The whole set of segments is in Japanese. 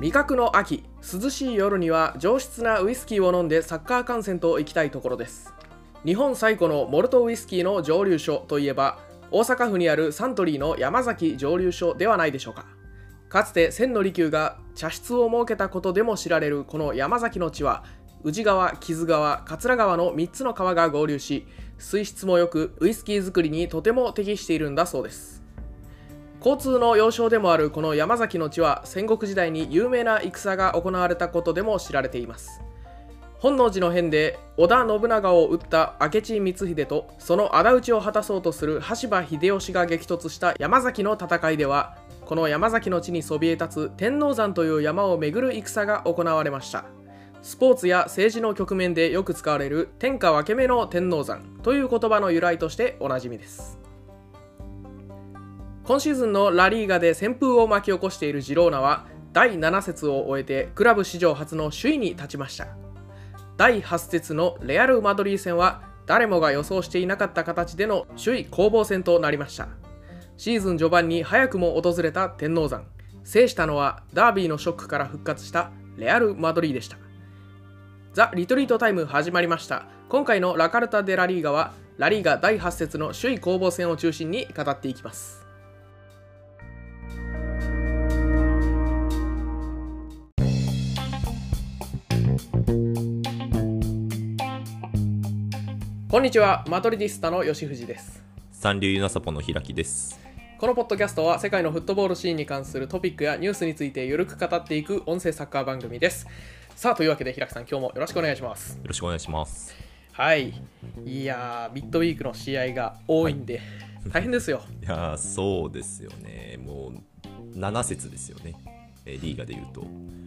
味覚の秋涼しい夜には上質なウイスキーを飲んでサッカー観戦と行きたいところです日本最古のモルトウイスキーの蒸留所といえば大阪府にあるサントリーの山崎蒸留所ではないでしょうかかつて千利休が茶室を設けたことでも知られるこの山崎の地は宇治川木津川桂川の3つの川が合流し水質も良くウイスキー作りにとても適しているんだそうです交通の要衝でもあるこの山崎の地は戦国時代に有名な戦が行われたことでも知られています本能寺の変で織田信長を討った明智光秀とその仇討ちを果たそうとする羽柴秀吉が激突した山崎の戦いではこの山崎の地にそびえ立つ天王山という山を巡る戦が行われましたスポーツや政治の局面でよく使われる天下分け目の天王山という言葉の由来としておなじみです今シーズンのラリーガで旋風を巻き起こしているジローナは第7節を終えてクラブ史上初の首位に立ちました第8節のレアル・マドリー戦は誰もが予想していなかった形での首位攻防戦となりましたシーズン序盤に早くも訪れた天王山制したのはダービーのショックから復活したレアル・マドリーでしたザ・リトリートタイム始まりました今回のラカルタ・デ・ラリーガはラリーガ第8節の首位攻防戦を中心に語っていきますこんにちはマドリディスタの吉藤です三流ユナサポの開きですこのポッドキャストは世界のフットボールシーンに関するトピックやニュースについてゆるく語っていく音声サッカー番組ですさあというわけで平木さん今日もよろしくお願いしますよろしくお願いしますはいいやーミッドウィークの試合が多いんで、大変ですよいやーそうですよねもう7節ですよねえーリーガで言うと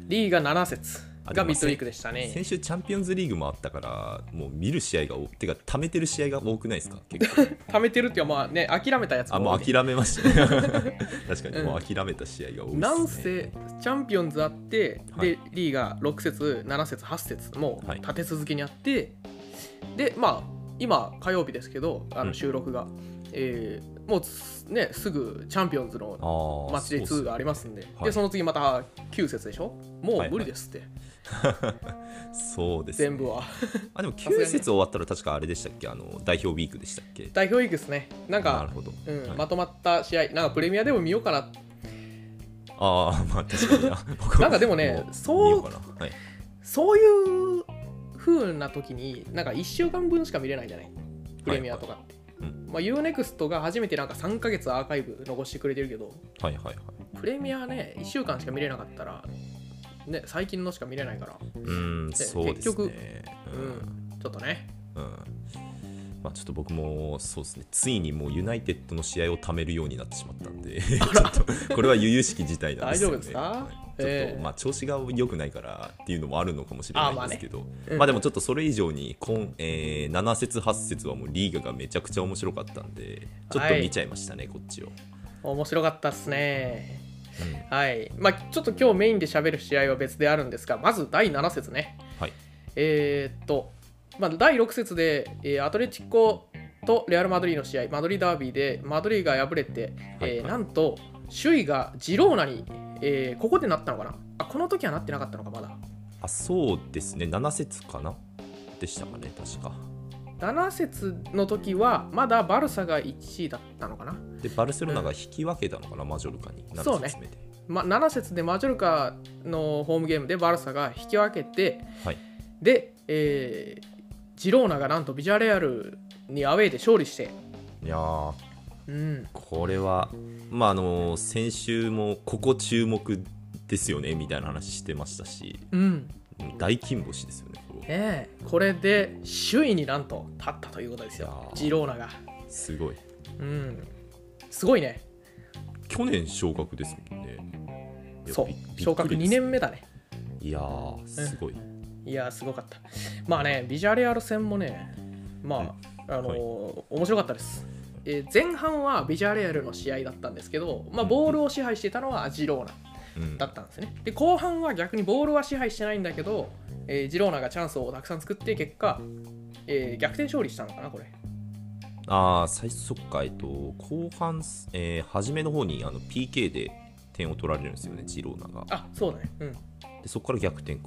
リーが7節あがでもミッドウィークでしたね先週チャンピオンズリーグもあったからもう見る試合が多てか貯めてる試合が多くないですか結 構貯めてるっていうかまあね諦めたやつあも多ういで諦めました ね確かにうんもう諦めた試合が多いですねなんせチャンピオンズあって、はいでリーが6節7節8節もうはい立て続けにあって、でまあ今火曜日ですけどあうのん収録が、えーもうすねすぐチャンピオンズのあーマッチデイそうっ2がありますんでそはいでその次また9節でしょもう無理ですって、すそうですね全部はあでもさすが9に節終わったら確かあれでしたっけあの代表ウィークでしたっけ代表ウィークですねなんなかるほど、うんはいまとまった試合なんかプレミアでも見ようかなああまあ確かにな 僕なんかでも ねうそう見ようかなはいそういう風な時になんか1週間分しか見れないじゃないプレミアとかって、はいはまあ、UNEXT が初めてなんか3ヶ月アーカイブ残してくれてるけどはいはいはいプレミアね1週間しか見れなかったら、ね、最近のしか見れないからうーんでそうですね結局ううんちょっとねうんまあ、ちょっと僕もそうですねついにもうユナイテッドの試合を貯めるようになってしまった んでちょっとこれは悠々しき事態なんですよね大丈夫ですかはいちょっと、ええまあ、調子が良くないからっていうのもあるのかもしれあまなあいんねですけどまあ、うんでもちょっとそれ以上に今、えー7節8節はもうリーガがめちゃくちゃ面白かったんでちょっと見ちゃいましたね、こっちを、面白かったっすねうんはいまあちょっと今日メインで喋る試合は別であるんですがまず第7節ねはいえーっと、まあ、第6節で、えーアトレティコとレアル・マドリーの試合マドリーダービーでマドリーが敗れて、えーはいはいなんと首位がジローナに、えーここでなったのかなあこの時はなってなかったのかまだあそうですね7節かなでしたかね確か7節の時はまだバルサが1位だったのかな、でバルセロナが引き分けたのかな、マジョルカにそうね7節目で、ま、7節でマジョルカのホームゲームでバルサが引き分けてはいで、えージローナがなんとビジャレアルにアウェイで勝利して、いやーうん、これは、まあ、あの先週もここ注目ですよねみたいな話してましたしうん、うん大金星ですよねこれねえこれで首位になんと立ったということですいやよージローナがすごいうんすごいね去年昇格ですもんねいやそびびっくりうです昇格2年目だねいやーすごい、いやーすごかったまあねビジャレアル戦もねまあ、あのー面白かったです、えー前半はビジャレアルの試合だったんですけど、まあ、ボールを支配してたのはジローナうんだったんですねで後半は逆にボールは支配してないんだけど、えージローナがチャンスをたくさん作って結果、えー逆転勝利したのかなこれああ最速かえっと後半、えー初めの方にあの PK で点を取られるんですよね、ジローナが。あそうだねうんでそこから逆転か。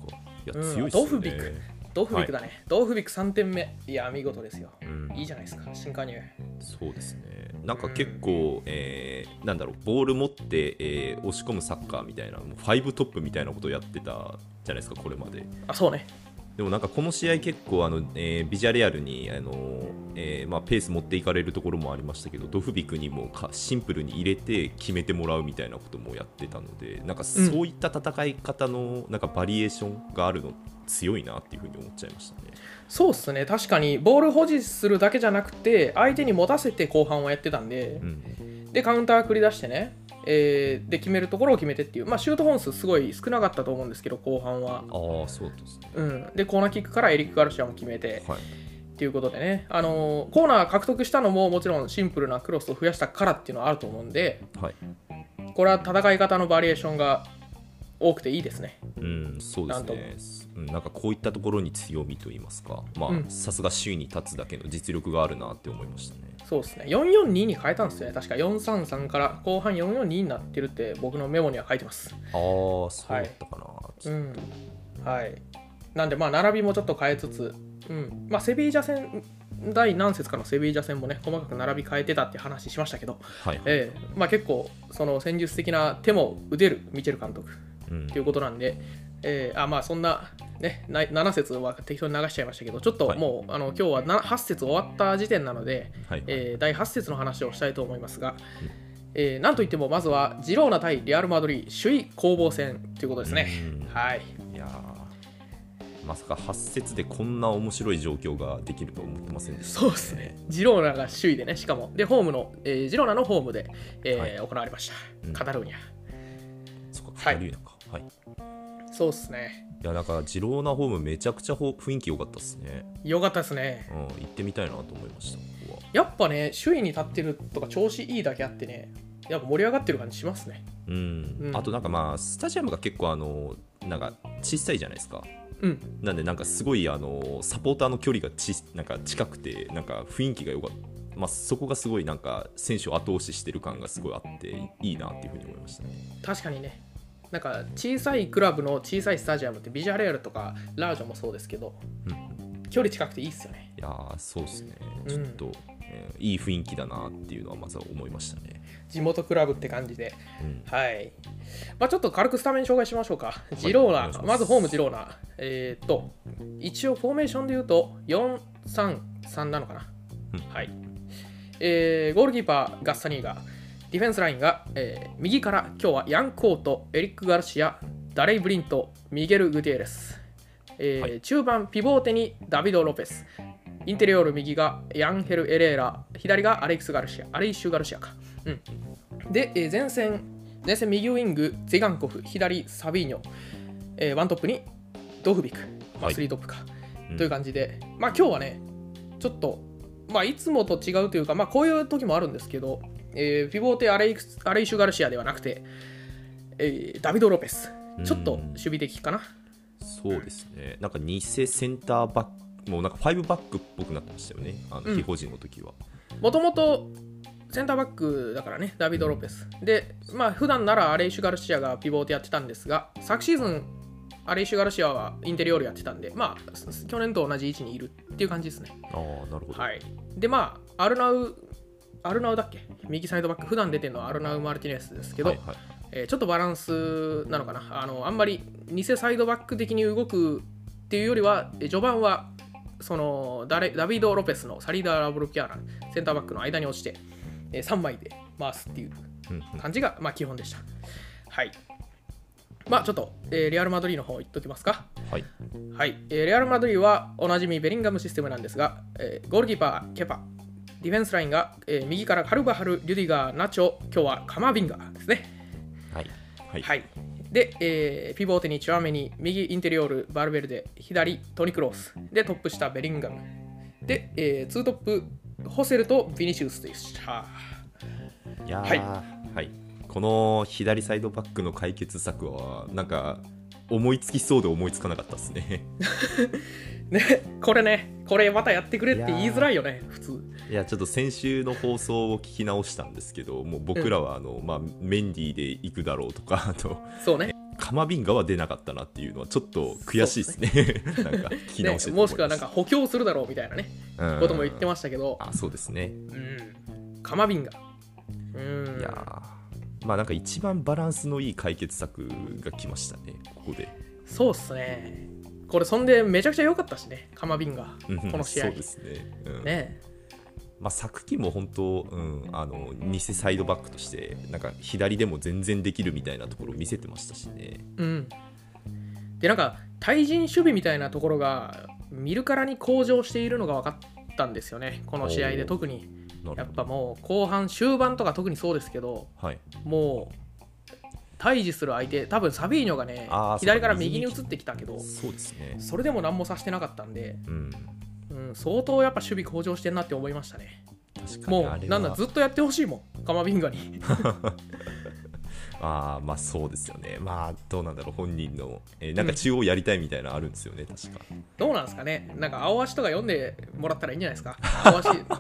いや、うん強いっすドよフビッねク。ドーフビックだね、ドーフビック3点目いや見事ですようんいいじゃないですか新加入そうですね。なんか結構、えーなんだろう、ボール持って、えー押し込むサッカーみたいな、もうファイブトップみたいなことをやってたじゃないですか、これまで。あそうねでもなんかこの試合、結構あの、えービジャレアルに、あのえーまあ、ペース持っていかれるところもありましたけど、ドフビクにもかシンプルに入れて決めてもらうみたいなこともやってたので、なんかそういった戦い方のなんかバリエーションがあるの、強いなっていうふうに思っちゃいましたね。そうっすね確かにボール保持するだけじゃなくて相手に持たせて後半はやってたんでう、んでカウンター繰り出してね、えーで決めるところを決めてっていう、まあ、シュート本数すごい少なかったと思うんですけど後半は、ああ、そうだったんですね。うん、でコーナーキックからエリック・ガルシアも決めてはい、っていうことでね、あのーコーナー獲得したのももちろんシンプルなクロスを増やしたからっていうのはあると思うんではいこれは戦い方のバリエーションが多くていいですねうん、そうですねうんなんかこういったところに強みと言いますか、まあうんさすが首位に立つだけの実力があるなって思いましたね。そうですね442に変えたんですよね確か433から後半442になってるって僕のメモには書いてますああ、そうだったかな、うんはいなんでまあ並びもちょっと変えつつ、うんまあ、セビージャ戦第何節かのセビージャ戦もね細かく並び変えてたって話しましたけど、はいはい、ええまあ、結構その戦術的な手も打てるミチェル監督うんっていうことなんで、えーあまあそんな、ね、な7節は適当に流しちゃいましたけどちょっとはいもう、あの今日はな8節終わった時点なので、はいはいえー第8節の話をしたいと思いますが、えーなんといってもまずはジローナ対レアル・マドリー首位攻防戦ということですね。うんはいいやーまさか8節でこんな面白い状況ができるとは思ってませんでした、そうですね。ジローナが首位でね、しかも。で、ホームの、えージローナのホームで、えーはい行われました。うんカタルーニャ。そっかはい二人なんかはい、いそうですね。やなんかジローナホームめちゃくちゃほ雰囲気良かったですね、よかったですね。うん、行ってみたいなと思いましたここはやっぱね、首位に立ってるとか調子いいだけあってね、やっぱ盛り上がってる感じしますね。うんうんあとなんかまあスタジアムが結構あのなんか小さいじゃないですかうん。なんでなんかすごいあのサポーターの距離がちなんか近くてなんか雰囲気が良かった、まあ、そこがすごいなんか選手を後押ししてる感がすごいあっていいなっていうふうに思いましたね確かにね。なんか小さいクラブの小さいスタジアムってビジャレアルとかラージョもそうですけどうん距離近くていいっすよねいやーそうですねうんちょっと、えーいい雰囲気だなっていうのはまずは思いましたね、地元クラブって感じでうん、はい、まあ、ちょっと軽くスタメン紹介しましょうか、ジローナ、お願いしますまずホームジローナ、えーっと一応フォーメーションで言うと4-3-3なのかな、うんはいえーゴールキーパー、ガッサニーが、ディフェンスラインが、えー右から今日はヤン・コート、エリック・ガルシア、ダレイ・ブリント、ミゲル・グティエレス、えーは中盤、ピボーテにダビド・ロペス、インテリオール右がヤンヘル・エレーラ、左がアレックス・ガルシア、アレイシュ・ガルシアか。うん、で、えー前線、前線右ウイング、ゼガンコフ、左サビーニョ、えーワントップにドフビク、まあ、はいスリートップか、うんという感じで、まあ今日はね、ちょっと、まあいつもと違うというか、まあこういう時もあるんですけど、えーピボーテアレイクスアレイシュ・ガルシアではなくて、えーダビド・ロペス、ちょっと守備的かな。そうですねなんか偽センターバックもうなんか5バックっぽくなってましたよねあうのん非保人の時は、もともとセンターバックだからね、ダビド・ロペス。で、まあ、普段ならアレイシュ・ガルシアがピボーテやってたんですが、昨シーズン、アレイシュ・ガルシアはインテリオールやってたんで、まあ、す去年と同じ位置にいるっていう感じですね。ああなるほど、はい。で、まあ、アルナウ、アルナウだっけ右サイドバック、普段出てるのはアルナウ・マルティネスですけど、はいはいえーちょっとバランスなのかなあのあんまり偽サイドバック的に動くっていうよりはえー序盤はそのダレダビード・ロペスのサリーダ・ラブロキアラセンターバックの間に落ちて、え3枚で回すっていううんうん感じが、まあ、基本でしたはいまあちょっと、えーレアル・マドリーの方いっときますかはいはい、えーレアル・マドリーはおなじみベリンガムシステムなんですが、えーゴールキーパー、ケパ、ディフェンスラインが、えー右からカルバハル、リュディガー、ナチョ、今日はカマービンガーですね。はいはいはい、で、えーピボーテにチュアメに右インテリオールバルベルデ左トニクロースでトップ下ベリンガムで、えー、ツートップホセルとビニシウスでしたいやはいはい、はい、この左サイドバックの解決策はなんか思いつきそうで思いつかなかったですねねこれねこれまたやってくれって言いづらいよね普通 いいやちょっと先週の放送を聞き直したんですけどもう僕らはあの、まあ、メンディーで行くだろうとか あとそうねカマビンガは出なかったなっていうのはちょっと悔しいですね なんか聞き直してねてもしくはなんか補強するだろうみたいなねことも言ってまましたけどあそうですねうんカマビンガうんいやーまあなんか一番バランスのいい解決策が来ましたねここでそうっすねこれそんでめちゃくちゃ良かったしねカマビンガうんうんこの試合そうですね,、うん、ねまあ、昨季も本当、うん、あの偽サイドバックとしてなんか左でも全然できるみたいなところを見せてましたしねうんでなんか対人守備みたいなところが見るからに向上しているのが分かったんですよねこの試合おでー特になるやっほぱどもう後半終盤とか特にそうですけどはいもう対峙する相手多分サビーニョがねあー左からそうか右に移ってきたけどそうですねそれでも何もさしてなかったんで、うんうん、相当やっぱ守備向上してんなって思いましたね確かにもあうれなはんだずっとやってほしいもんカマビンガに あーまあそうですよねまあどうなんだろう本人の、えーなんか中央やりたいみたいなのあるんですよね確かどうなんですかねなんか青足とか読んでもらったらいいんじゃないですか青 足なんか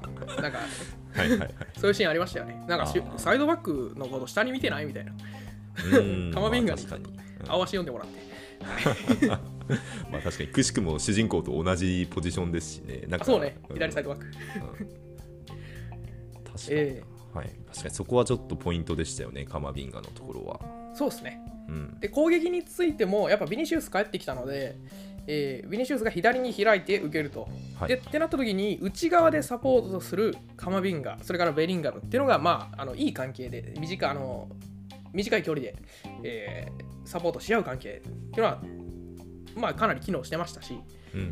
はいはいはいそういうシーンありましたよね。なんかしあーサイドバックのこと下に見てないみたいな。 うん カマビンガまあに確かに、うんあわし読んでもらって。まあ確かにくしくも主人公と同じポジションですしねなんあかそうね、うん左サイドバック。 確かに、えはい、確かにそこはちょっとポイントでしたよね、カマビンガのところは。そうですね。うん、で、攻撃についても、やっぱビニシウス帰ってきたので、えービニシウスが左に開いて受けると。はいで、ってなった時に、内側でサポートするカマビンガ、それからベリンガムっていうのが、まあ、あのいい関係で、短あの短い距離で、えーサポートし合う関係っていうのは、まあ、かなり機能してましたし。うん、う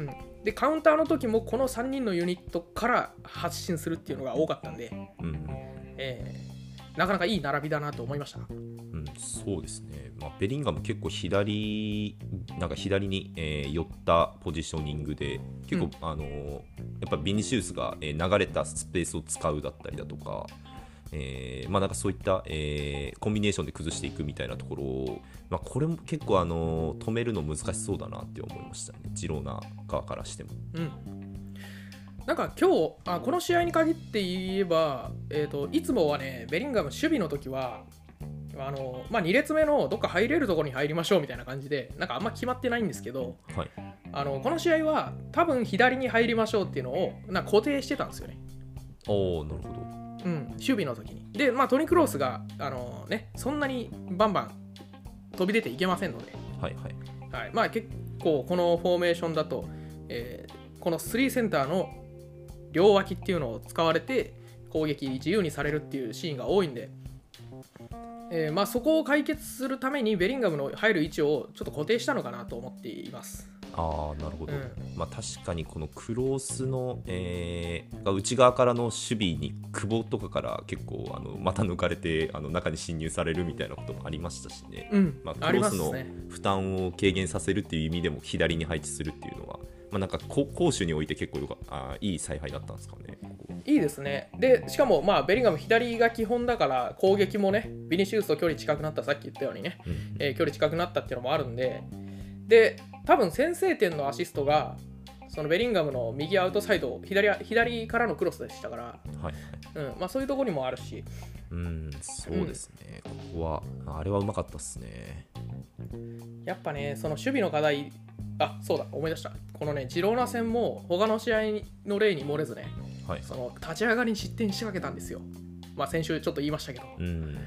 ん、でカウンターの時もこの3人のユニットから発信するっていうのが多かったんで、うん、えーなかなかいい並びだなと思いました。うん、そうですね、まあ、ベリンガム結構左、なんか左に、えー寄ったポジショニングで、結う構、んあのーやっぱビニシウスが、えー流れたスペースを使うだったりだとか、えーまあ、なんかそういった、えーコンビネーションで崩していくみたいなところを、まあ、これも結構、あのー止めるの難しそうだなって思いましたね、ジローナ側からしても。うんなんか今日あこの試合に限って言えば、えー、といつもはねベリンガム守備の時はあの、まあ、2列目のどっか入れるところに入りましょうみたいな感じでなんかあんま決まってないんですけどはい、あのこの試合は多分左に入りましょうっていうのをなんか固定してたんですよね。おーなるほど。うん、守備の時に。で、まあ、トニー・クロースが、あのね、そんなにバンバン飛び出ていけませんので、はいはいはいまあ、結構このフォーメーションだと、えーこの3センターの両脇っていうのを使われて攻撃自由にされるっていうシーンが多いんで、えーまあ、そこを解決するためにベリンガムの入る位置をちょっと固定したのかなと思っています。あーなるほど、うんまあ、確かにこのクロースの、えーが内側からの守備に久保とかから結構あのまた抜かれてあの中に侵入されるみたいなこともありましたしね、うんまあ、あクりロまースすのね。負担を軽減させるっていう意味でも左に配置するっていうのは、まあ、なんかこ攻守において結構よかあーいい采配だったんですかね。ここいいですね。で、しかも、まあ、ベリンガム左が基本だから、攻撃もね、ビニシウスと距離近くなった、さっき言ったようにね、うんえー距離近くなったっていうのもあるんで、で、多分先制点のアシストが、そのベリンガムの右アウトサイド、左左からのクロスでしたから、はいはいうんまあ、そういうところにもあるし、うんそうですね、ここはあれはうまかったですね。やっぱね、その守備の課題、あそうだ、思い出した、このね、ジローナ戦も、他の試合の例に漏れずね、はい、その立ち上がりに失点しかけたんですよ。まあ、先週ちょっと言いましたけど。うん、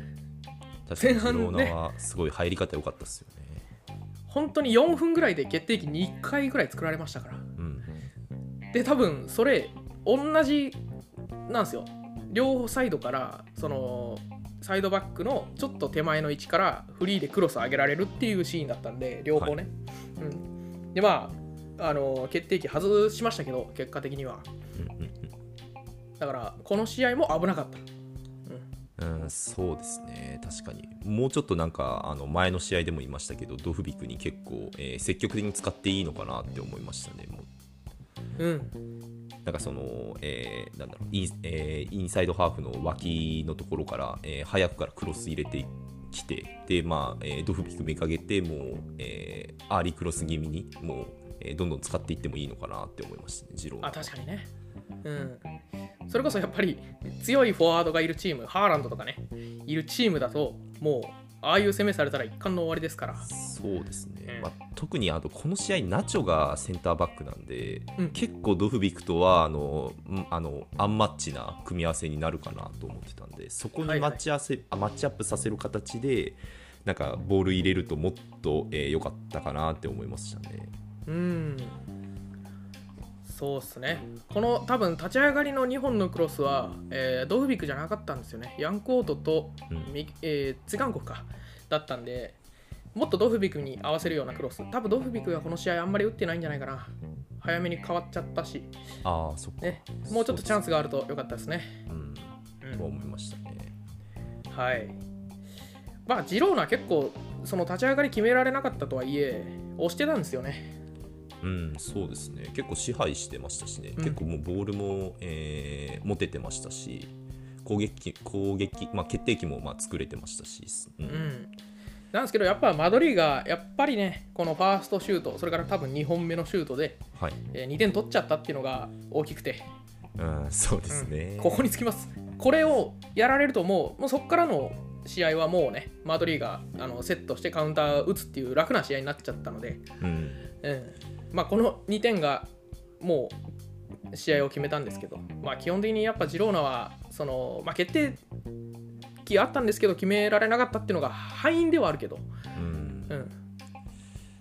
確かに前ク半ねローナはすごい入り方良かったですよね。本当に4分ぐらいで決定機2回ぐらい作られましたからうん、で多分それ同じなんですよ両サイドからそのサイドバックのちょっと手前の位置からフリーでクロス上げられるっていうシーンだったんで両方ね、うん、でまああの決定機外しましたけど結果的にはだからこの試合も危なかったうん、そうですね、確かに。もうちょっとなんか、あの前の試合でも言いましたけど、ドフビクに結構、えー積極的に使っていいのかなって思いましたね。もううんなんかその、えーなんだろうイン、えーインサイドハーフの脇のところから、えー早くからクロス入れてきて、で、まあ、えードフビクめかげて、もう、えーアーリークロス気味に、もう、えーどんどん使っていってもいいのかなって思いましたね、ジローナあ確かにねうんそれこそやっぱり強いフォワードがいるチームハーランドとかねいるチームだともうああいう攻めされたら一貫の終わりですからそうですね、うんまあ、特にあのこの試合、ナチョがセンターバックなんで、うん結構ドフビクとはあのうんあのアンマッチな組み合わせになるかなと思ってたんで、そこはにいはマいッチ合わせ、あマッチアップさせる形で、なんかボール入れるともっと良、えー良かったかなって思いましたね。うんそうっすねこの多分立ち上がりの2本のクロスは、えードフビクじゃなかったんですよねヤンコートと、うんみえーツガンコフかだったんでもっとドフビクに合わせるようなクロス多分ドフビクがこの試合あんまり打ってないんじゃないかな早めに変わっちゃったし、ああ、そっか、ね、もうちょっとチャンスがあると良かったですね、うん、うんとは思いましたね。はい。まあ、ジローナ結構、その立ち上がり決められなかったとはいえ、押してたんですよね。うん、そうですね結構支配してましたしね、うん結構もうボールも、えー持ててましたし攻撃攻撃、まあ、決定機もまあ作れてましたし、ううんん。なんですけど、やっぱマドリーが、やっぱりね、このファーストシュート、それから多分2本目のシュートで、はい、え2点取っちゃったっていうのが大きくて、うん、そうですね、うんここにつきます。これをやられると、もう、もうそこからの試合はもうね、マドリーがあのセットしてカウンター打つっていう楽な試合になっちゃったので、うん、うんまあ、この2点がもう試合を決めたんですけど、まあ、基本的にやっぱジローナはその、まあ、決定機あったんですけど決められなかったっていうのが敗因ではあるけど、うんうん、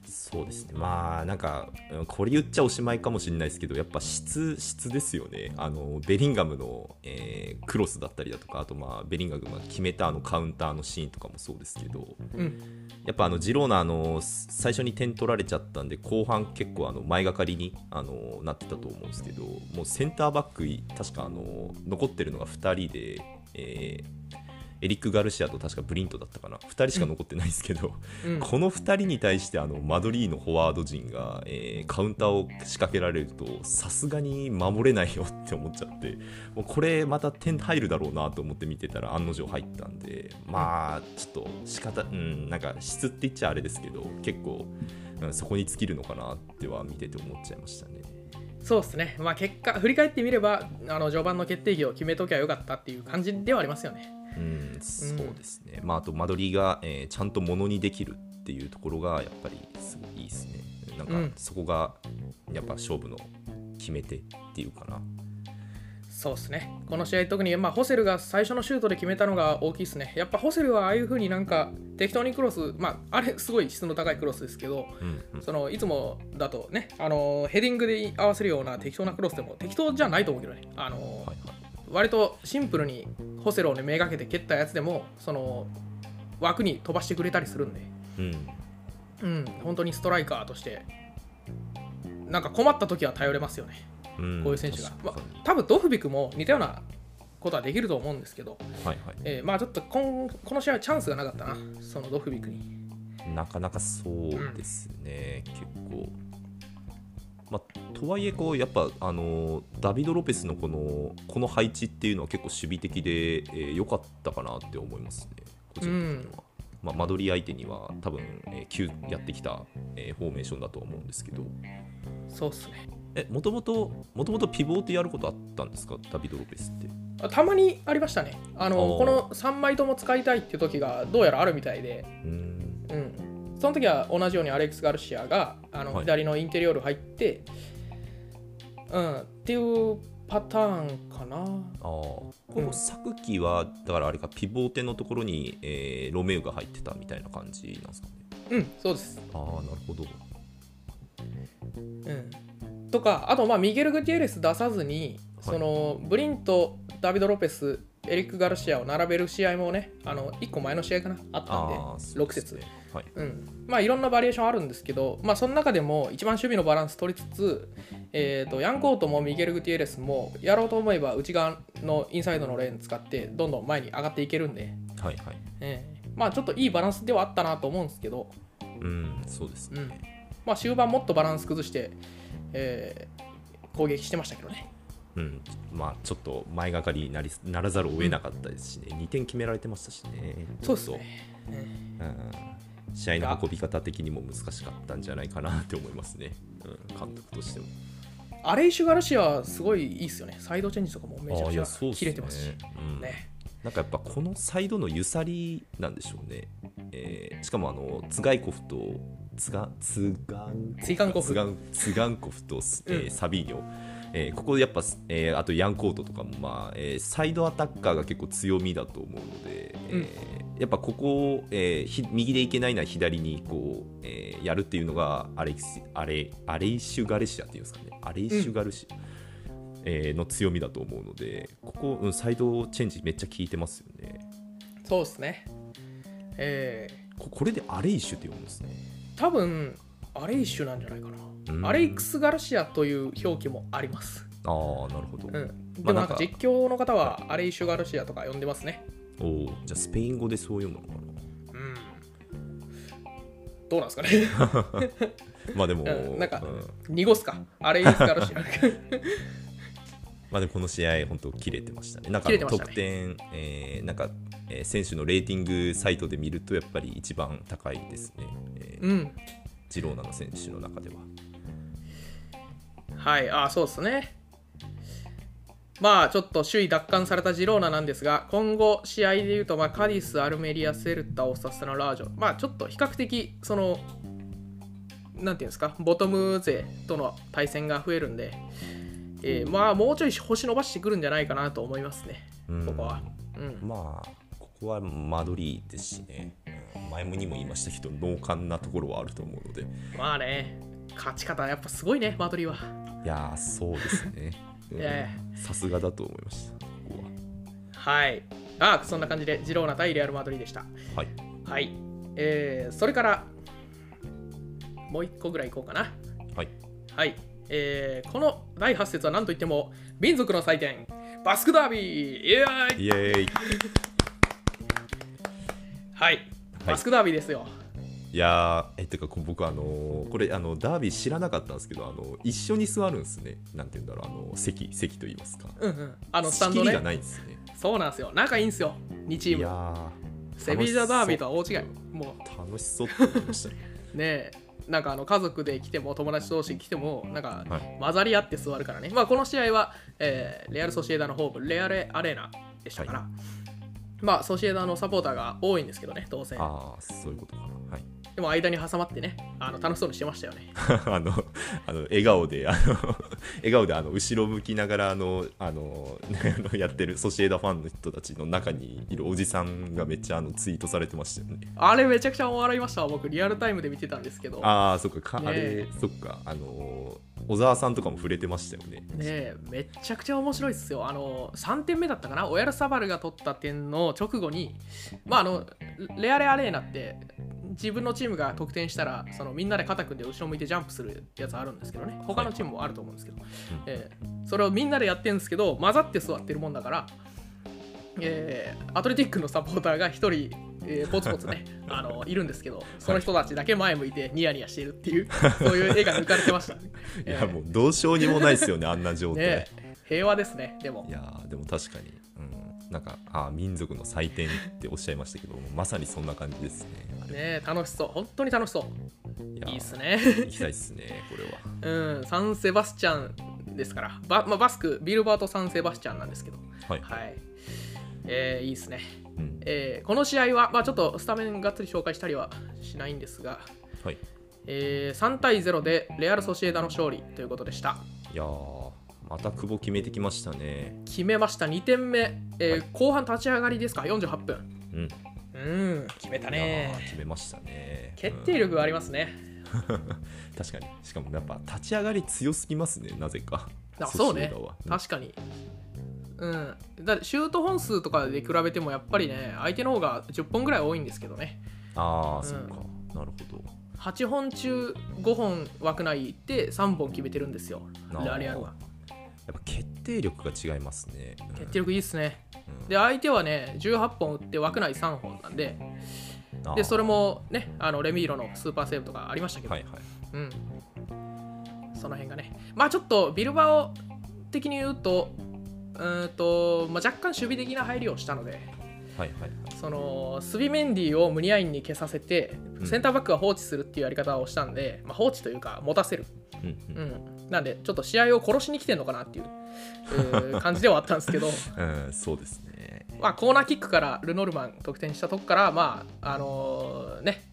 そうですねまあなんかうんこれ言っちゃおしまいかもしれないですけどやっぱ質質ですよねあのベリンガムの、えークロスだったりだとかあとまあベリンガムが決めたあのカウンターのシーンとかもそうですけど、うん、やっぱあのジローナあのす最初に点取られちゃったんで後半結構あの前がかりにあのなってたと思うんですけどもうセンターバックい確かあの残ってるのが2人で、えーエリック・ガルシアと確かブリントだったかな2人しか残ってないんですけど、うんこの2人に対してあのマドリーのフォワード陣が、えーカウンターを仕掛けられるとさすがに守れないよって思っちゃってもうこれまた点入るだろうなと思って見てたら案の定入ったんでまあちょっと仕方うんなんか質って言っちゃあれですけど結構、うんそこに尽きるのかなっては見てて思っちゃいましたね。そうですね、まあ、結果振り返ってみればあの序盤の決定機を決めときゃよかったっていう感じではありますよね。うん、そうですね、まあ、あと間取りが、えーちゃんとものにできるっていうところがやっぱりすごいいいですねなんうかんそこがやっぱ勝負の決め手っていうかな、そうですねこの試合特に、まあ、ホセルが最初のシュートで決めたのが大きいですねやっぱホセルはああいう風になんか適当にクロス、まあ、あれすごい質の高いクロスですけど、うんうんそのいつもだとね、あのヘディングで合わせるような適当なクロスでも適当じゃないと思うけどね、あのはいは割とシンプルにホセロを、ね、めがけて蹴ったやつでもその枠に飛ばしてくれたりするんで、いうん、うん、本当にストライカーとして、なんか困った時は頼れますよね、うんこういう選手が。ま確かあ、に多分ドフビクも似たようなことはできると思うんですけど、はいはえーまあ、ちょっとこんこの試合はチャンスがなかったな、そのドフビクに。い、なかなかそうですね、結構。まあ、とはいえこうやっぱあのダビド・ロペスのこのこの配置っていうのは結構守備的で良、えー良かったかなって思いますね、個人的には。まあ、間取り相手には多分、えー旧やってきた、えーフォーメーションだとは思うんですけど、そうっすねえもともともともとピボーってやることあったんですか、ダビド・ロペスって。あたまにありましたねあのおーこの3枚とも使いたいっていう時がどうやらあるみたいで、うーんうん、その時は同じようにアレックス・ガルシアがあのはい左のインテリオール入って、うん、っていうパターンかなああこうんの昨季は、だからあれか、ピボーテのところに、えーロメウが入ってたみたいな感じなんですかね。うんそうです、ああ、なるほど。うん、とかあとまあミゲル・グティエレス出さずに、はいそのブリンとダビド・ロペスエリック・ガルシアを並べる試合もねあの1個前の試合かなあったんでああ、そう6で節すね。はい。うん、まあいろんなバリエーションあるんですけど、まあ、その中でも一番守備のバランス取りつつ、えー、とヤンコートもミゲル・グティエレスもやろうと思えば内側のインサイドのレーン使ってどんどん前に上がっていけるんで、はいはい。ええまあちょっといいバランスではあったなと思うんですけど、うん、そうですうんね。まあ、終盤もっとバランス崩して、えー攻撃してましたけどね。うん、まあ、ちょっと前がかりになりならざるを得なかったですしね、2点決められてましたしね。そうですちょっとね。うんうん試合の運び方的にも難しかったんじゃないかなって思いますね、うん、監督としても。アレイシュ・ガルシアすごいいいっすよねサイドチェンジとかもめちゃあくいちゃやそうっ切れてますしうんねなんかやっぱこのサイドの揺さりなんでしょうね、えーしかもあのツガイコフとツガツガンツイガンコフツガンツガンコフと、えーうんサビーニョ、えーここでやっぱ、えーあとヤンコートとかも、まあえーサイドアタッカーが結構強みだと思うので、えーやっぱここを、えーひ右でいけないなら左にこう、えーやるっていうのがアレキスアレアレイシュ・ガルシアっていうんですかねアレイシュ・ガルシア、えーの強みだと思うのでここ、うん、サイドチェンジめっちゃ効いてますよねそうですねえここれでアレイシュって読むんですねー、多分アレイシュなんじゃないかうんなアレイクス・ガルシアという表記もありますああなるほど、うんでまあもななんんかか実況の方はアレイシュ・ガルシアとか呼んでますねおおーじゃあスペイン語でそう読むのかうんどうなんですかね なまあでも、うんなんかうん濁すかアレイス・ガルシ アまあでもこの試合、本当切れてましたね。なんか切れてましたね得点、えーなんか、えー選手のレーティングサイトで見ると、やっぱり一番高いですね。えーうんジローナの選手の中では。はい、あそうですね。まあちょっと首位奪還されたジローナなんですが、今後、試合でいうと、まあ、カディス、アルメリア、セルタ、オサスナ、ラージョ、まあちょっと比較的、その、なんていうんですか、ボトム勢との対戦が増えるんで、えーまあもうちょい星伸ばしてくるんじゃないかなと思いますね、うんここは。うん、まあ、ここはマドリーですしね。うん前もにも言いましたけど、濃厚なところはあると思うので。まあね、勝ち方、やっぱすごいね、マドリーは。いやー、そうです ね。うんえさすがだと思いました。ここはい。あそんな感じで、ジローナ対レアル・マドリーでした。は。はい。はい、えーそれからもう1個ぐらいいこうかな。はい。はい、えーこの第8節は何といっても民族の祭典バスクダービーイエーイイエーイ。はい、バスクダービーですよ。いやーえてかこう僕あのーこれあのダービー知らなかったんですけどあの一緒に座るんですねなんて言うんだろうあの席席と言いますかうんうん、あのスタ仕ン切ドりがね。ないんですねそうなんですよ。仲いいんですよ、2チいーム。やセビージャダービーとは大違楽しい。もー楽しそうって思いましたねうねえ、なんかあの家族で来ても友達同士来てもなんかはい混ざり合って座るからね。まあこの試合は、えーレアル・ソシエダのホーム、レアル・アレーナでしたから、はまあソシエダのサポーターが多いんですけどね、当然。ああそういうことかなはい でも間に挟まってね、あの楽しそうにしてましたよね。あのあの笑顔であの 笑顔であの後ろ向きながらあのあのあのやってるソシエダファンの人たちの中にいるおじさんがめっちゃあのツイートされてましたよねあれめちゃくちゃ笑いました。僕リアルタイムで見てたんですけど、ねああそっかか、ねあれそっかあのー小沢さんとかも触れてましたよねえめちゃくちゃ面白いですよ。あの3点目だったかな、オヤルサバルが取った点の直後に、まああのレアレアレーナって自分のチームが得点したらそのみんなで肩組んで後ろ向いてジャンプするやつあるんですけどね、他のチームもあると思うんですけど、ええそれをみんなでやってるんですけど、混ざって座ってるもんだから、えーアトレティックのサポーターが一人、えーポツポツねあのいるんですけどその人たちだけ前向いてニヤニヤしているっていうそういう絵が抜かれてました、ねいえやーもうどうしようにもないですよねあんな状態、ねえ平和ですねでもいやーでも確かに、うん、なんかあー民族の祭典っておっしゃいましたけどもまさにそんな感じですねあれねえ楽しそう本当に楽しそいうやーいいっすね行きたいっすねこれはうんサンセバスチャンですからバ,、まあ、バスクビルバート・サンセバスチャンなんですけどはい、はいえーいいっすねうんえーこの試合は、まあ、ちょっとスタメンがっつり紹介したりはしないんですが、はい、えー3対0でレアル・ソシエダの勝利ということでしたいやーまた久保決めてきましたね決めました2点目、えーはい後半立ち上がりですか48分うんうん決めたいやーね決めましたね決定力がありますね、うん確かにしかもやっぱ立ち上がり強すぎますねなぜかあそうねソシエダはうん確かにうんだってシュート本数とかで比べてもやっぱりね相手の方が10本ぐらい多いんですけどねああ、んそっかなるほど8本中5本枠内で3本決めてるんですよあーレアレアルはやっぱ決定力が違いますね。うん決定力いいっすねうんで相手はね18本打って枠内3本なんであーでそれもねあのレミーロのスーパーセーブとかありましたけど、はいはい。うん、その辺がねまあちょっとビルバオ的に言うとうーんと、まあ、若干守備的な配慮をしたのではいはいはい。そのスビメンディをムニアインに消させてうんセンターバックは放置するっていうやり方をしたんで、まあ、放置というか持たせる、うんう。うんん、なんでちょっと試合を殺しに来てんのかなっていうえ ー感じではあったんですけどうん、そうですね。。まあコーナーキックからルノルマン得点したとこからまああのーね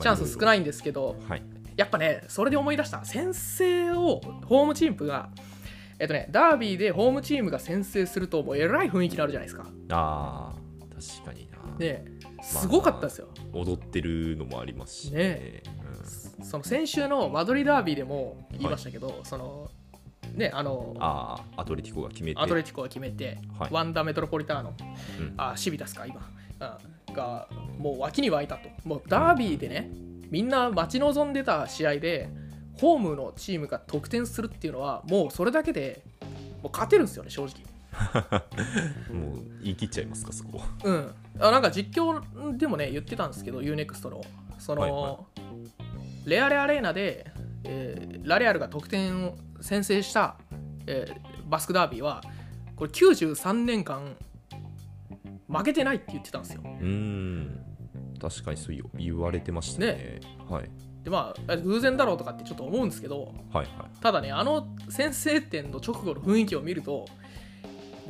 チャンス少ないいんですけどはい。やっぱねそれで思い出した先制をホームチームがえっとねダービーでホームチームが先制するともうえらい雰囲気になるじゃないですかああ、確かにな。ですごかったですよ踊ってるのもありますしね。ねうんその先週のマドリダービーでも言いましたけど、そのねあのああ、アトレティコが決めて。アトレティコが決めて、はいワンダメトロポリターノ、うんあシビタスか今、うんがもう脇に湧いたともうダービーでねみんな待ち望んでた試合でホームのチームが得点するっていうのはもうそれだけでもう勝てるんですよね正直もう言い切っちゃいますか、そこ。うんあなんか実況でもね言ってたんですけど UNEXT のその、はいはレアレアレーナで、えーラレアルが得点を先制した、えーバスクダービーはこれ93年間負けてないって言ってたんですようーん。確かにそう言われてましたね。はい。でまあ偶然だろうとかってちょっと思うんですけどはいはい。ただねあの先制点の直後の雰囲気を見るとも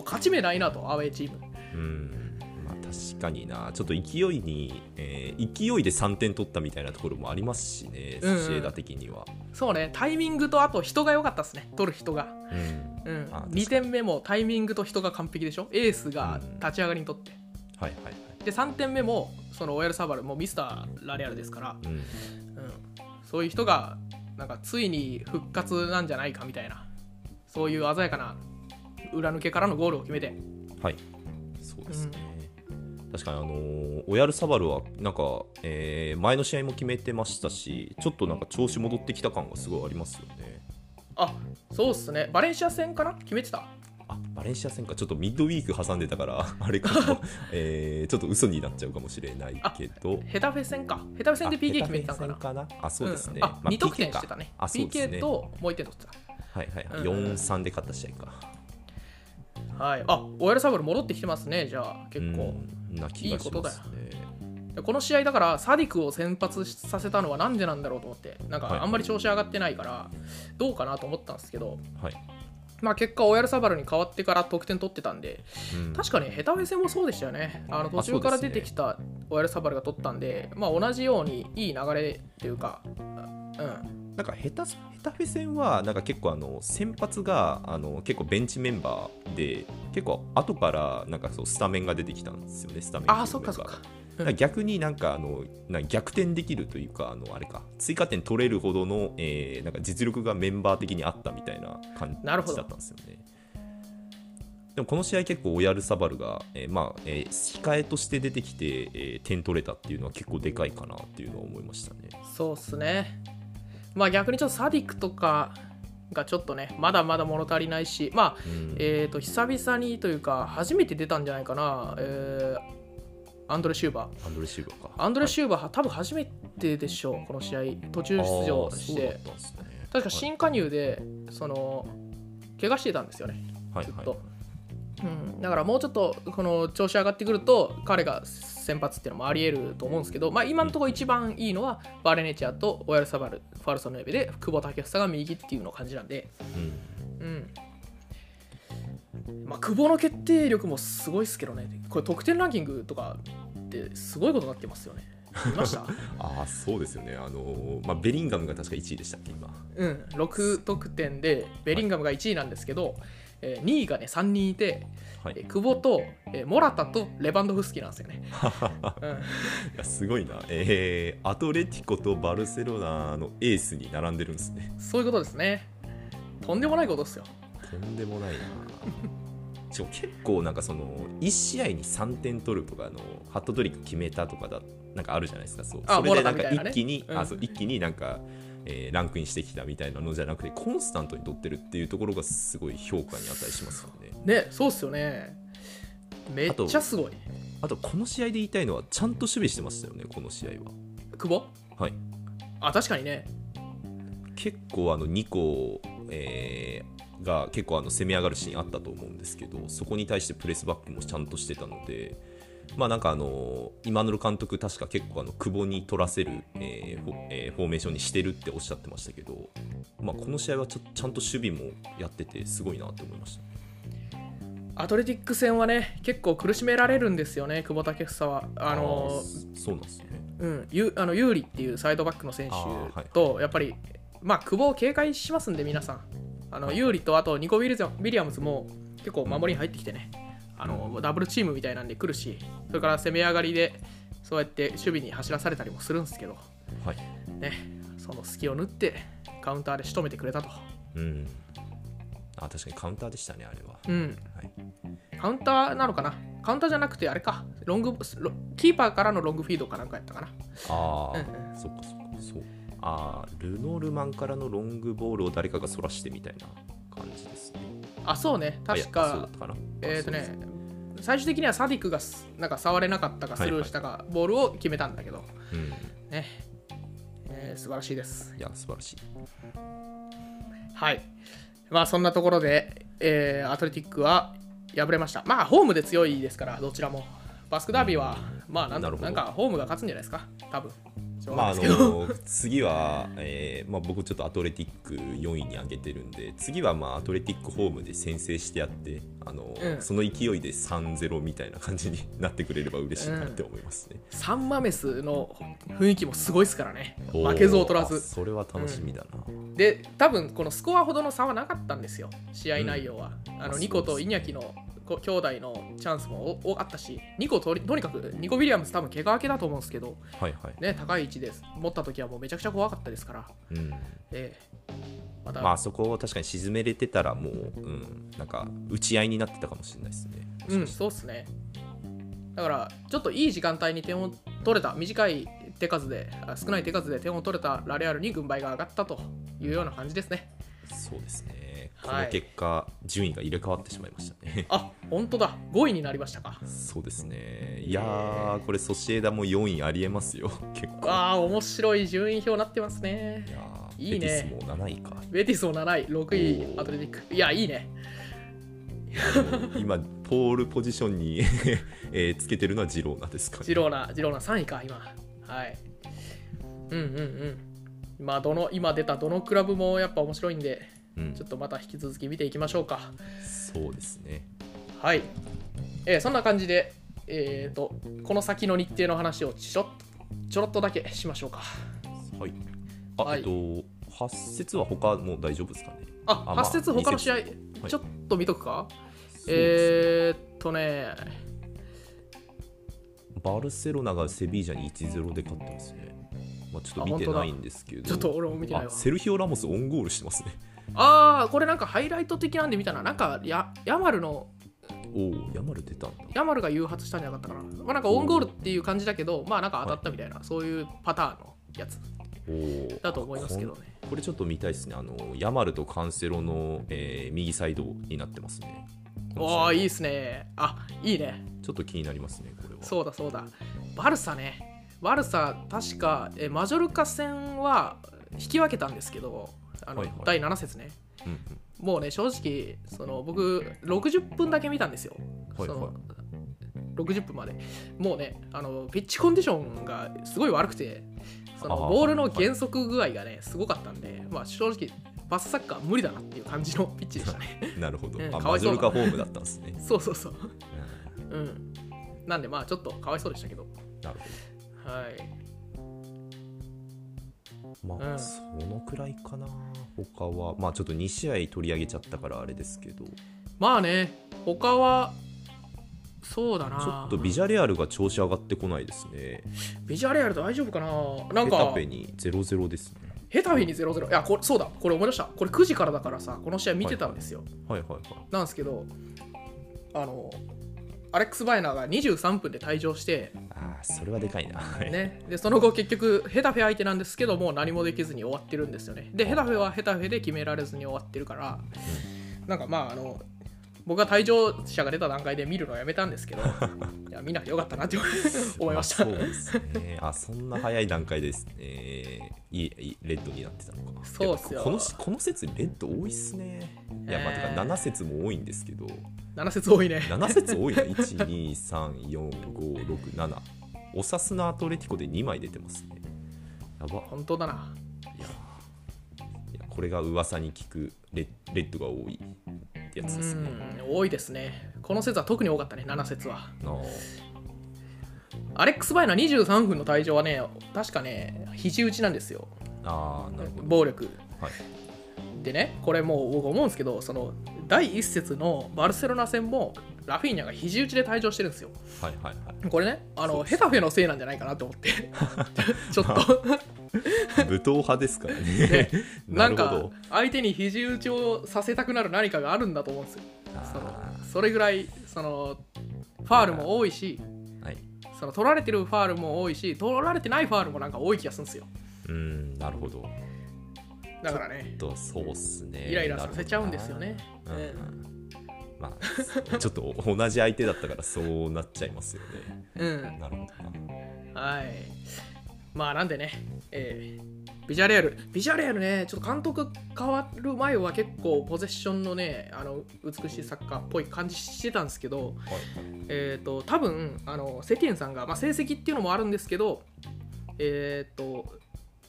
う勝ち目ないなとアウェーチームうんまあ確かにな、ちょっと勢いに、えー勢いで3点取ったみたいなところもありますしね、うんうんソシエダ的には。そうねタイミングとあと人が良かったですね取る人がうんうんあ、 2点目もタイミングと人が完璧でしょエースが立ち上がりにとって、はいはいはい。で3点目もそのオエルサバルもうミスターラレアルですから、うん、うん、そういう人がなんかついに復活なんじゃないかみたいなそういう鮮やかな裏抜けからのゴールを決めてはい、そうですね。確かに、あのーオヤルサバルは、なんか、えー前の試合も決めてましたし、ちょっとなんか調子戻ってきた感がすごいありますよね。あそうっすねバレンシア戦かな決めてたあバレンシア戦か、ちょっとミッドウィーク挟んでたから、 あれか も、えーちょっと嘘になっちゃうかもしれないけど。ヘタフェ戦かヘタフェ戦で PK 決めてたんかなあヘタフェ戦なあ、そうですね。んあまあ2得点 PK かしてたねあ、そうですね。 PK ともう1点取ってはいはいはい、うんうん4、3で勝った試合か。たはいあオエルサバル戻ってきてますねじゃあ結構、うんな気がしますね。でこの試合だからサディクを先発させたのはなんでなんだろうと思ってなんはいかあんまり調子上がってないからどうかなと思ったんですけど、はい、まあ、結果オヤルサバルに変わってから得点取ってたんでうん確かにヘタフェ戦もそうでしたよねあの途中から出てきたオヤルサバルが取ったんでまあ、同じようにいい流れというかうんなんかヘタヘタフェ戦はなんか結構あの先発があの結構ベンチメンバーで結構後からなんかそうスタメンが出てきたんですよねスタメンああそっかそっメンバーかがだから逆になんかあのなんか逆転できるというかあのあれか追加点取れるほどの、えーなんか実力がメンバー的にあったみたいな感じなるほどだったんですよね。でもこの試合結構オヤルサバルが、えーまあえー控えとして出てきて、えー点取れたっていうのは結構でかいかなっていうのは思いましたね。そうっすねまあ逆にちょっとサディクとかがちょっとねまだまだ物足りないしまあうんえー、と久々にというか初めて出たんじゃないかな、えーアンドレ・シューバー。アンドレシーバーか。アンドレ・シューバーは多分初めてでしょう、この試合、途中出場しあーそうだてっ。たんですね確か新加入で、その怪我してたんですよね、はいずっはいとうん、だからもうちょっとこの調子上がってくると彼が先発っていうのもありえると思うんですけど、まあ、今のところ一番いいのはバレネチアとオヤルサバルファルソネーベで久保建英が右っていうのを感じなんで、うんまあ、久保の決定力もすごいですけどね、これ得点ランキングとかってすごいことになってますよね。見ました ああそうですよね、あのーまあ、ベリンガムが確か1位でしたっけ、今。うん、6得点でベリンガムが1位なんですけど、えー2位がね3人いて、はい、えーい久保と、えーモラタとレバンドフスキなんですよ ね。うんやすごいな、えーアトレティコとバルセロナのエースに並んでるんですね。そういうことですね。とんでもないことですよ。とんでもないな。 しかも結構、なんかその1試合に3点取るとか、あのハットトリック決めたとかだなんかあるじゃないですか、そうあそれでなんモラタかみたいなね一気に、うんあそう一気になんか、えーランクインしてきたみたいなのじゃなくて、コンスタントに取ってるっていうところがすごい評価に値しますよね。ね、そうっすよね。めっちゃすごい。あとこの試合で言いたいのはちゃんと守備してましたよねこの試合久保ははいあ、確かにね。結構あの2個、えーが結構あの攻め上がるシーンあったと思うんですけどそこに対してプレスバックもちゃんとしてたのでまあなんかあの今の監督、確か結構あの久保に取らせる、えーフォえーフォーメーションにしてるっておっしゃってましたけど、まあ、この試合はちょちゃんと守備もやってて、すごいなって思いました。アトレティック戦はね結構苦しめられるんですよね久保建英はあのーそそうなんですね。うん、ゆあのユーリっていうサイドバックの選手あーはいと、やっぱり、まあ、久保を警戒しますんで、皆さん、あのはいユーリとあとニコウィルズ・ウィリアムズも結構守りに入ってきてね、あのダブルチームみたいなんで来るし、それから攻め上がりで、そうやって守備に走らされたりもするんですけど、はいね、その隙を縫って、カウンターで仕留めてくれたと。うん、あ確かにカウンターでしたね、あれは。うん、はい、カウンターなのかなカウンターじゃなくて、あれかロングロキーパーからのロングフィードかなんかやったかな。あうんあ、そっかそっか、そう。ああ、ルノールマンからのロングボールを誰かがそらしてみたいな感じですね。あ、そうね、あい確やそうだかっ。たかな。えーとあね、最終的にはサディクがすなんか触れなかったかスルーしたか、ボールを決めたんだけど、そうですねえー素晴らしいですうん。。いや、素晴らしい。はい、まあそんなところで、えーアトレティックは敗れました。まあホームで強いですから、どちらも。バスクダービーは、まあなんなるほどなんかホームが勝つんじゃないですか、多分しょうまがあないあですけどの次は、えーまあ、僕ちょっとアトレティック4位に上げてるんで次はまあアトレティックホームで先制してやってあの、うんその勢いで3-0みたいな感じになってくれれば嬉しいなって思いますね、サンマメスの雰囲気もすごいですからね、おー負けず劣らずあ。それは楽しみだな、で多分このスコアほどの差はなかったんですよ試合内容は、ああのニコそうとでイすニャキのこ兄弟のチャンスも多かったしニコとりとにかくニコ・ウィリアムズ多分怪我明けだと思うんですけどはいはい、ね高い位置です持った時はもうめちゃくちゃ怖かったですから、うん、ええまた、まあそこを確かに沈めれてたらもう、うん、なんか打ち合いになってたかもしれないですねうんそうっすねだからちょっといい時間帯に点を取れた短い手数であ少ない手数で点を取れたラレアルに軍配が上がったというような感じですねそうですねこはいの結果、順位が入れ替わってしまいまし たねあ本当だ5位になりましたかそうですね。いやー、これ、ソシエダも4位ありえますよ、 結構。わあ面白い順位表になってますねいやーいいねベティスも7位か。ベティスも7位、6お位、ーアトレティック。いや、いいね。今、ポールポジションに、 えーつけてるのはジローナですかね。ジローナ、ジローナ3位か、今。はい。うんうんうん。まあ、どの、今出たどのクラブもやっぱ面白いんで、うんちょっとまた引き続き見ていきましょうか。そうですね。はい。えーそんな感じで、えっ、と、この先の日程の話をちょっちょろっとだけしましょうか。はい。あ、はいえっと、発節は他もう大丈夫ですかね。あ、あまあ発節、他の試合、節ちょっと見とくか。そうですねえーっとね、バルセロナがセビージャに1-0で勝ってますね。まあ、ちょっと見てないんですけど。ちょっと俺も見てないあわ。セルヒオ・ラモスオンゴールしてますね。ああ、これなんかハイライト的なんで見たな。なんかや、ヤマルの、おお、ヤマル出たんだ。ヤマルが誘発したんじゃなかったかな。まあなんかオンゴールっていう感じだけど、まあなんか当たったみたいな、そういうパターンのやつおお。だと思いますけどね。これちょっと見たいですね。あのヤマルとカンセロの、えー右サイドになってますね。おお、いいい。っすね。あ、いいね。ちょっと気になりますね、これは。そうだそうだ。バルサね。バルサ、確か、えマジョルカ戦は引き分けたんですけど、あの、はいはい第7節ね。うんうん。もうね、正直、その僕、60分だけ見たんですよ。はいそはの60分まで。もうね、あのピッチコンディションがすごい悪くて、そのあーボールの減速具合がね、すごかったんで、まあ、正直、パスサッカー無理だなっていう感じのピッチでしたね。い。なるほど。うんあ、かわマいジそョうルだ。カホームだったんですねそうそうそう。ううんん。なんで、まあ、ちょっとかわいそうでしたけど。なるほはい。ど。まあ、うんそのくらいかな。他は、まあちょっと2試合取り上げちゃったからあれですけど、ちまあね、他は、そうだな。ょっとビジャレアルが調子上がってこないですね。ビジュアレアル大丈夫かななヘんか。タペに0-0ですね。ヘタフェに0-0いやこれそうだこれ思い出したこれ9時からだからさこの試合見てたんですよ、はいはいはい。なんですけどあのアレックス・バイナーが23分で退場して、ああ、それはでかいな。はい。ね、でその後結局ヘタフェ相手なんですけどもう何もできずに終わってるんですよねでヘタフェはヘタフェで決められずに終わってるからなんかまああの僕は退場者が出た段階で見るのをやめたんです けどいや見なくてよかったなって思いました、あそうですね。あ、そんな早い段階ですね。いいいいレッドになってたのか。そうっすよやぱこのしこの説、レッド多いっすね。いや、まあ、てえーか7説も多いんですけど、 7節多いね7説多いな。1、2、3、4、5、6、7。おさすのアトレティコで2枚出てますね。やば。本当だないやいやこれが噂に聞くレレッドが多いってやつうですんね。多いですねこの節は特に多かったね7節はなあアレックス・バイナー23分の退場はね確かね肘打ちなんですよあー、なるほど。暴力はい、でねこれもう僕思うんですけどその第1節のバルセロナ戦もラフィーニャが肘打ちで退場してるんですよはい、はい、はい。これねあそうのですヘタフェのせいなんじゃないかなと 思ってちょっと武闘派ですからね。 な なんるほかど。相手に肘打ちをさせたくなる何かがあるんだと思うんですよそのあそれぐらいそのファールも多いしーはい。その取られてるファールも多いし取られてないファールもなんか多い気がするんですようーん、なるほど。だからねとそうっすね。イライラさせちゃうんですよね、なるほどうな。うんうんまあ、 ちょっと同じ相手だったからそうなっちゃいますよね。うんなるほどな。はい。まあなんでね、えービジャレアル、ビジャレアルね、ちょっと監督変わる前は結構ポゼッションのね、あの美しいサッカーっぽい感じしてたんですけど、はいえっ、と多分あのセティエンさんがまあ成績っていうのもあるんですけど、えっ、と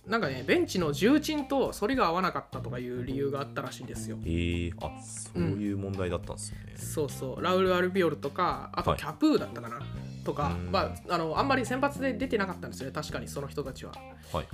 なんかねベンチの重鎮とそれが合わなかったとかいう理由があったらしいんですよ。えー、あそういう問題だったんですね。そうそうラウル・アルビオルとかあとはいキャプーだったかな、とか、うんまあ、あのあんまり先発で出てなかったんですよね確かにその人たちは。はいはい。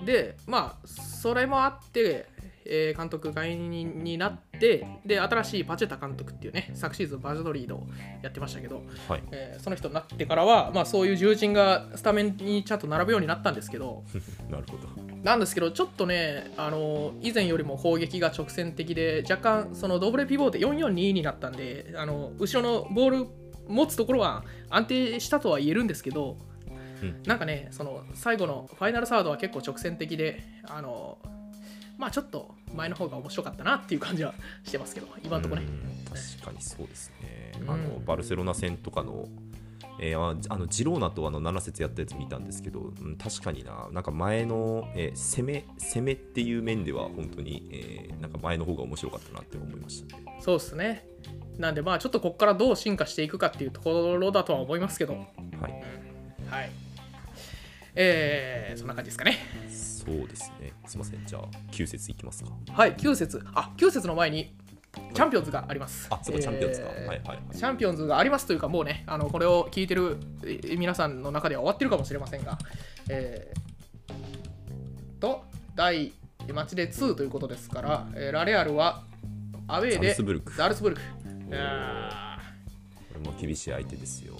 うん、でまあそれもあって、えー監督が解任になってで新しいパチェタ監督っていうね昨シーズンバジャドリードをやってましたけど、はい、 えーその人になってからは、まあ、そういう重鎮がスタメンにちゃんと並ぶようになったんですけどなるほど。なんですけどちょっとね、あの以前よりも攻撃が直線的で若干そのドブレピボーテ442になったんで、あの後ろのボール持つところは安定したとは言えるんですけど、うんなんかねその最後のファイナルサードは結構直線的で、あのまあ、ちょっと前の方が面白かったなっていう感じはしてますけど今のところね。うん確かにそうですね、うんあのバルセロナ戦とかの,、えーああのジローナとあの7節やったやつ見たんですけど、うん確かにななんか前の、えー攻め攻めっていう面では本当に、えーなんか前の方が面白かったなって思いましたねそうですねなんでまあちょっとここからどう進化していくかっていうところだとは思いますけど、はいはいえー、そんな感じですかね。そうですねすいませんじゃあ9節いきますかはい、9節。あ、9節の前にチャンピオンズがあります。あそうかチャンピオンズか、えーはいはいはいチャンピオンズがありますというか、もうね、あのこれを聞いてるえ皆さんの中では終わってるかもしれませんが、えー、と、第マチで2ということですから、えーラレアルはアウェーザでルスブルクザルスブルクおーあこれも厳しい相手ですよ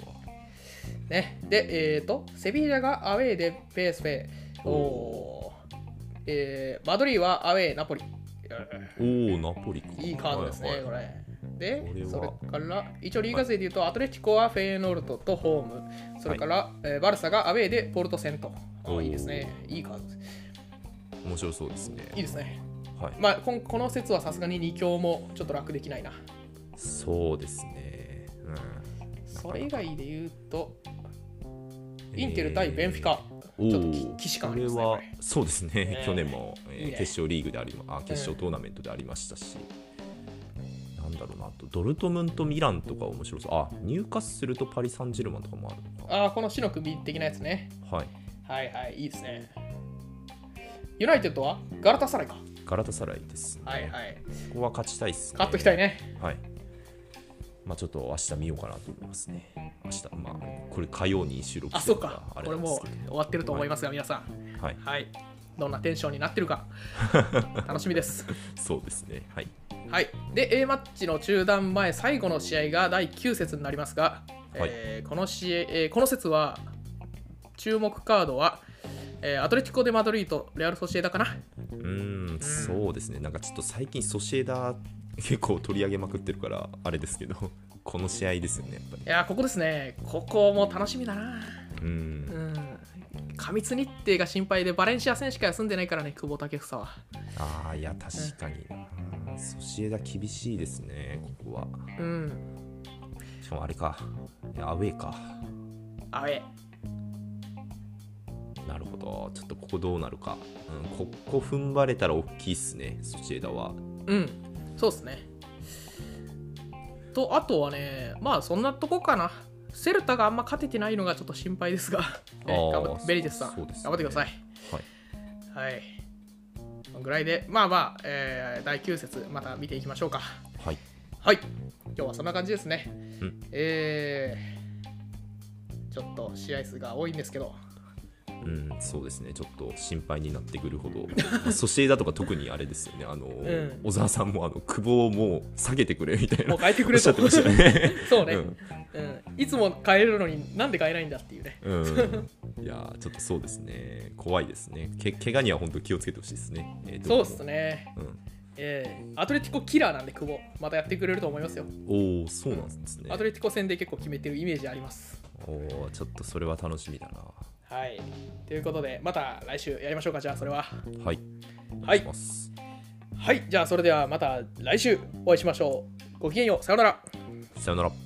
ーね、で、えー、と、セビーラがアウェーでペースペー。おーえーマドリーはアウェー、ナポリ。おおナポリかいいカードですね、はいはいこれ。でこれ、はそれから、一応リーガ勢で言うと、アトレティコはフェーノルトとホーム、それから、えーバルサがアウェーでポルト戦と。あおーいいですね、いいカードです。面白そうですねいいですね。はいまあ、こんこの説はさすがに2強もちょっと楽できないな。そうですねうんそれ以外で言うと、えーインテル対ベンフィカ。おちょっときー既視感ありますねここれはそうですね、えー去年も、えーいいね決勝リーグでありまあ決勝トーナメントでありましたし、なんだろうなあとドルトムントミランとか面白そうあ入荷するとパリ・サンジェルマンとかもあるのかああ、この死の首的なやつね。はいはいはい、いいですね。ユナイテッドはガラタサライか。ガラタサライですね、はいはい。ここは勝ちたいですね勝っときたいね。はいまあちょっと明日見ようかなと思いますね明日まあこれ火曜に収録あ、してそうるらか。あこれれなんですもうけど終わってると思いますが、皆さん。はいはい、どんなテンションになってるか 楽しみです。そうですねはいはい、で A マッチの中断前最後の試合が第9節になりますが、はいえーこの試合、えーこの節は注目カードは、えーアトレティコ・デ・マドリードレアル・ソシエダかなうーん、そうですね、なんかちょっと最近、ソシエダ、結構取り上げまくってるから、あれですけど、 この試合ですよね、やっぱいやーここですねここも楽しみだなり。うー、うんん過密日程が心配でバレンシア戦しか休んでないからね久保建英はああ、いや、確かにな。うーソシエダ厳しいですね、ここは。うんしかもあれか、いやアウェーか。アウェーなるほど、ちょっとここどうなるか。うん、ここ踏ん張れたら大きいっすね、ソシエダは。うんそうですねとあとはねまあそんなとこかなセルタがあんま勝ててないのがちょっと心配ですが、ねあー頑張ってベリテスさん、そうですね頑張ってくださいははい、いこのぐらいでまあまあ、えー第9節また見ていきましょうかはい、はい今日はそんな感じですね、うんえーちょっと試合数が多いんですけどうん、そうですね、ちょっと心配になってくるほど、 まあソシエダとか特にあれですよね、あの、ん小沢さんもあの久保をもう下げてくれみたいな、もう変えてくおっれしゃとってましたね。 そうね、ううんんいつも変えるのになんで変えないんだっていうねうん、いやーちょっとそうですね怖いですねけ怪我には本当気をつけてほしいですね、えーそうどっこもすねうんえーアトレティコキラーなんで久保またやってくれると思いますよ、おおそうなんですねアトレティコ戦で結構決めてるイメージありますおおちょっとそれは楽しみだなはいということでまた来週やりましょうかじゃあそれはははいいお願しますはいじゃあそれではまた来週お会いしましょうごきげんようさようならさよなら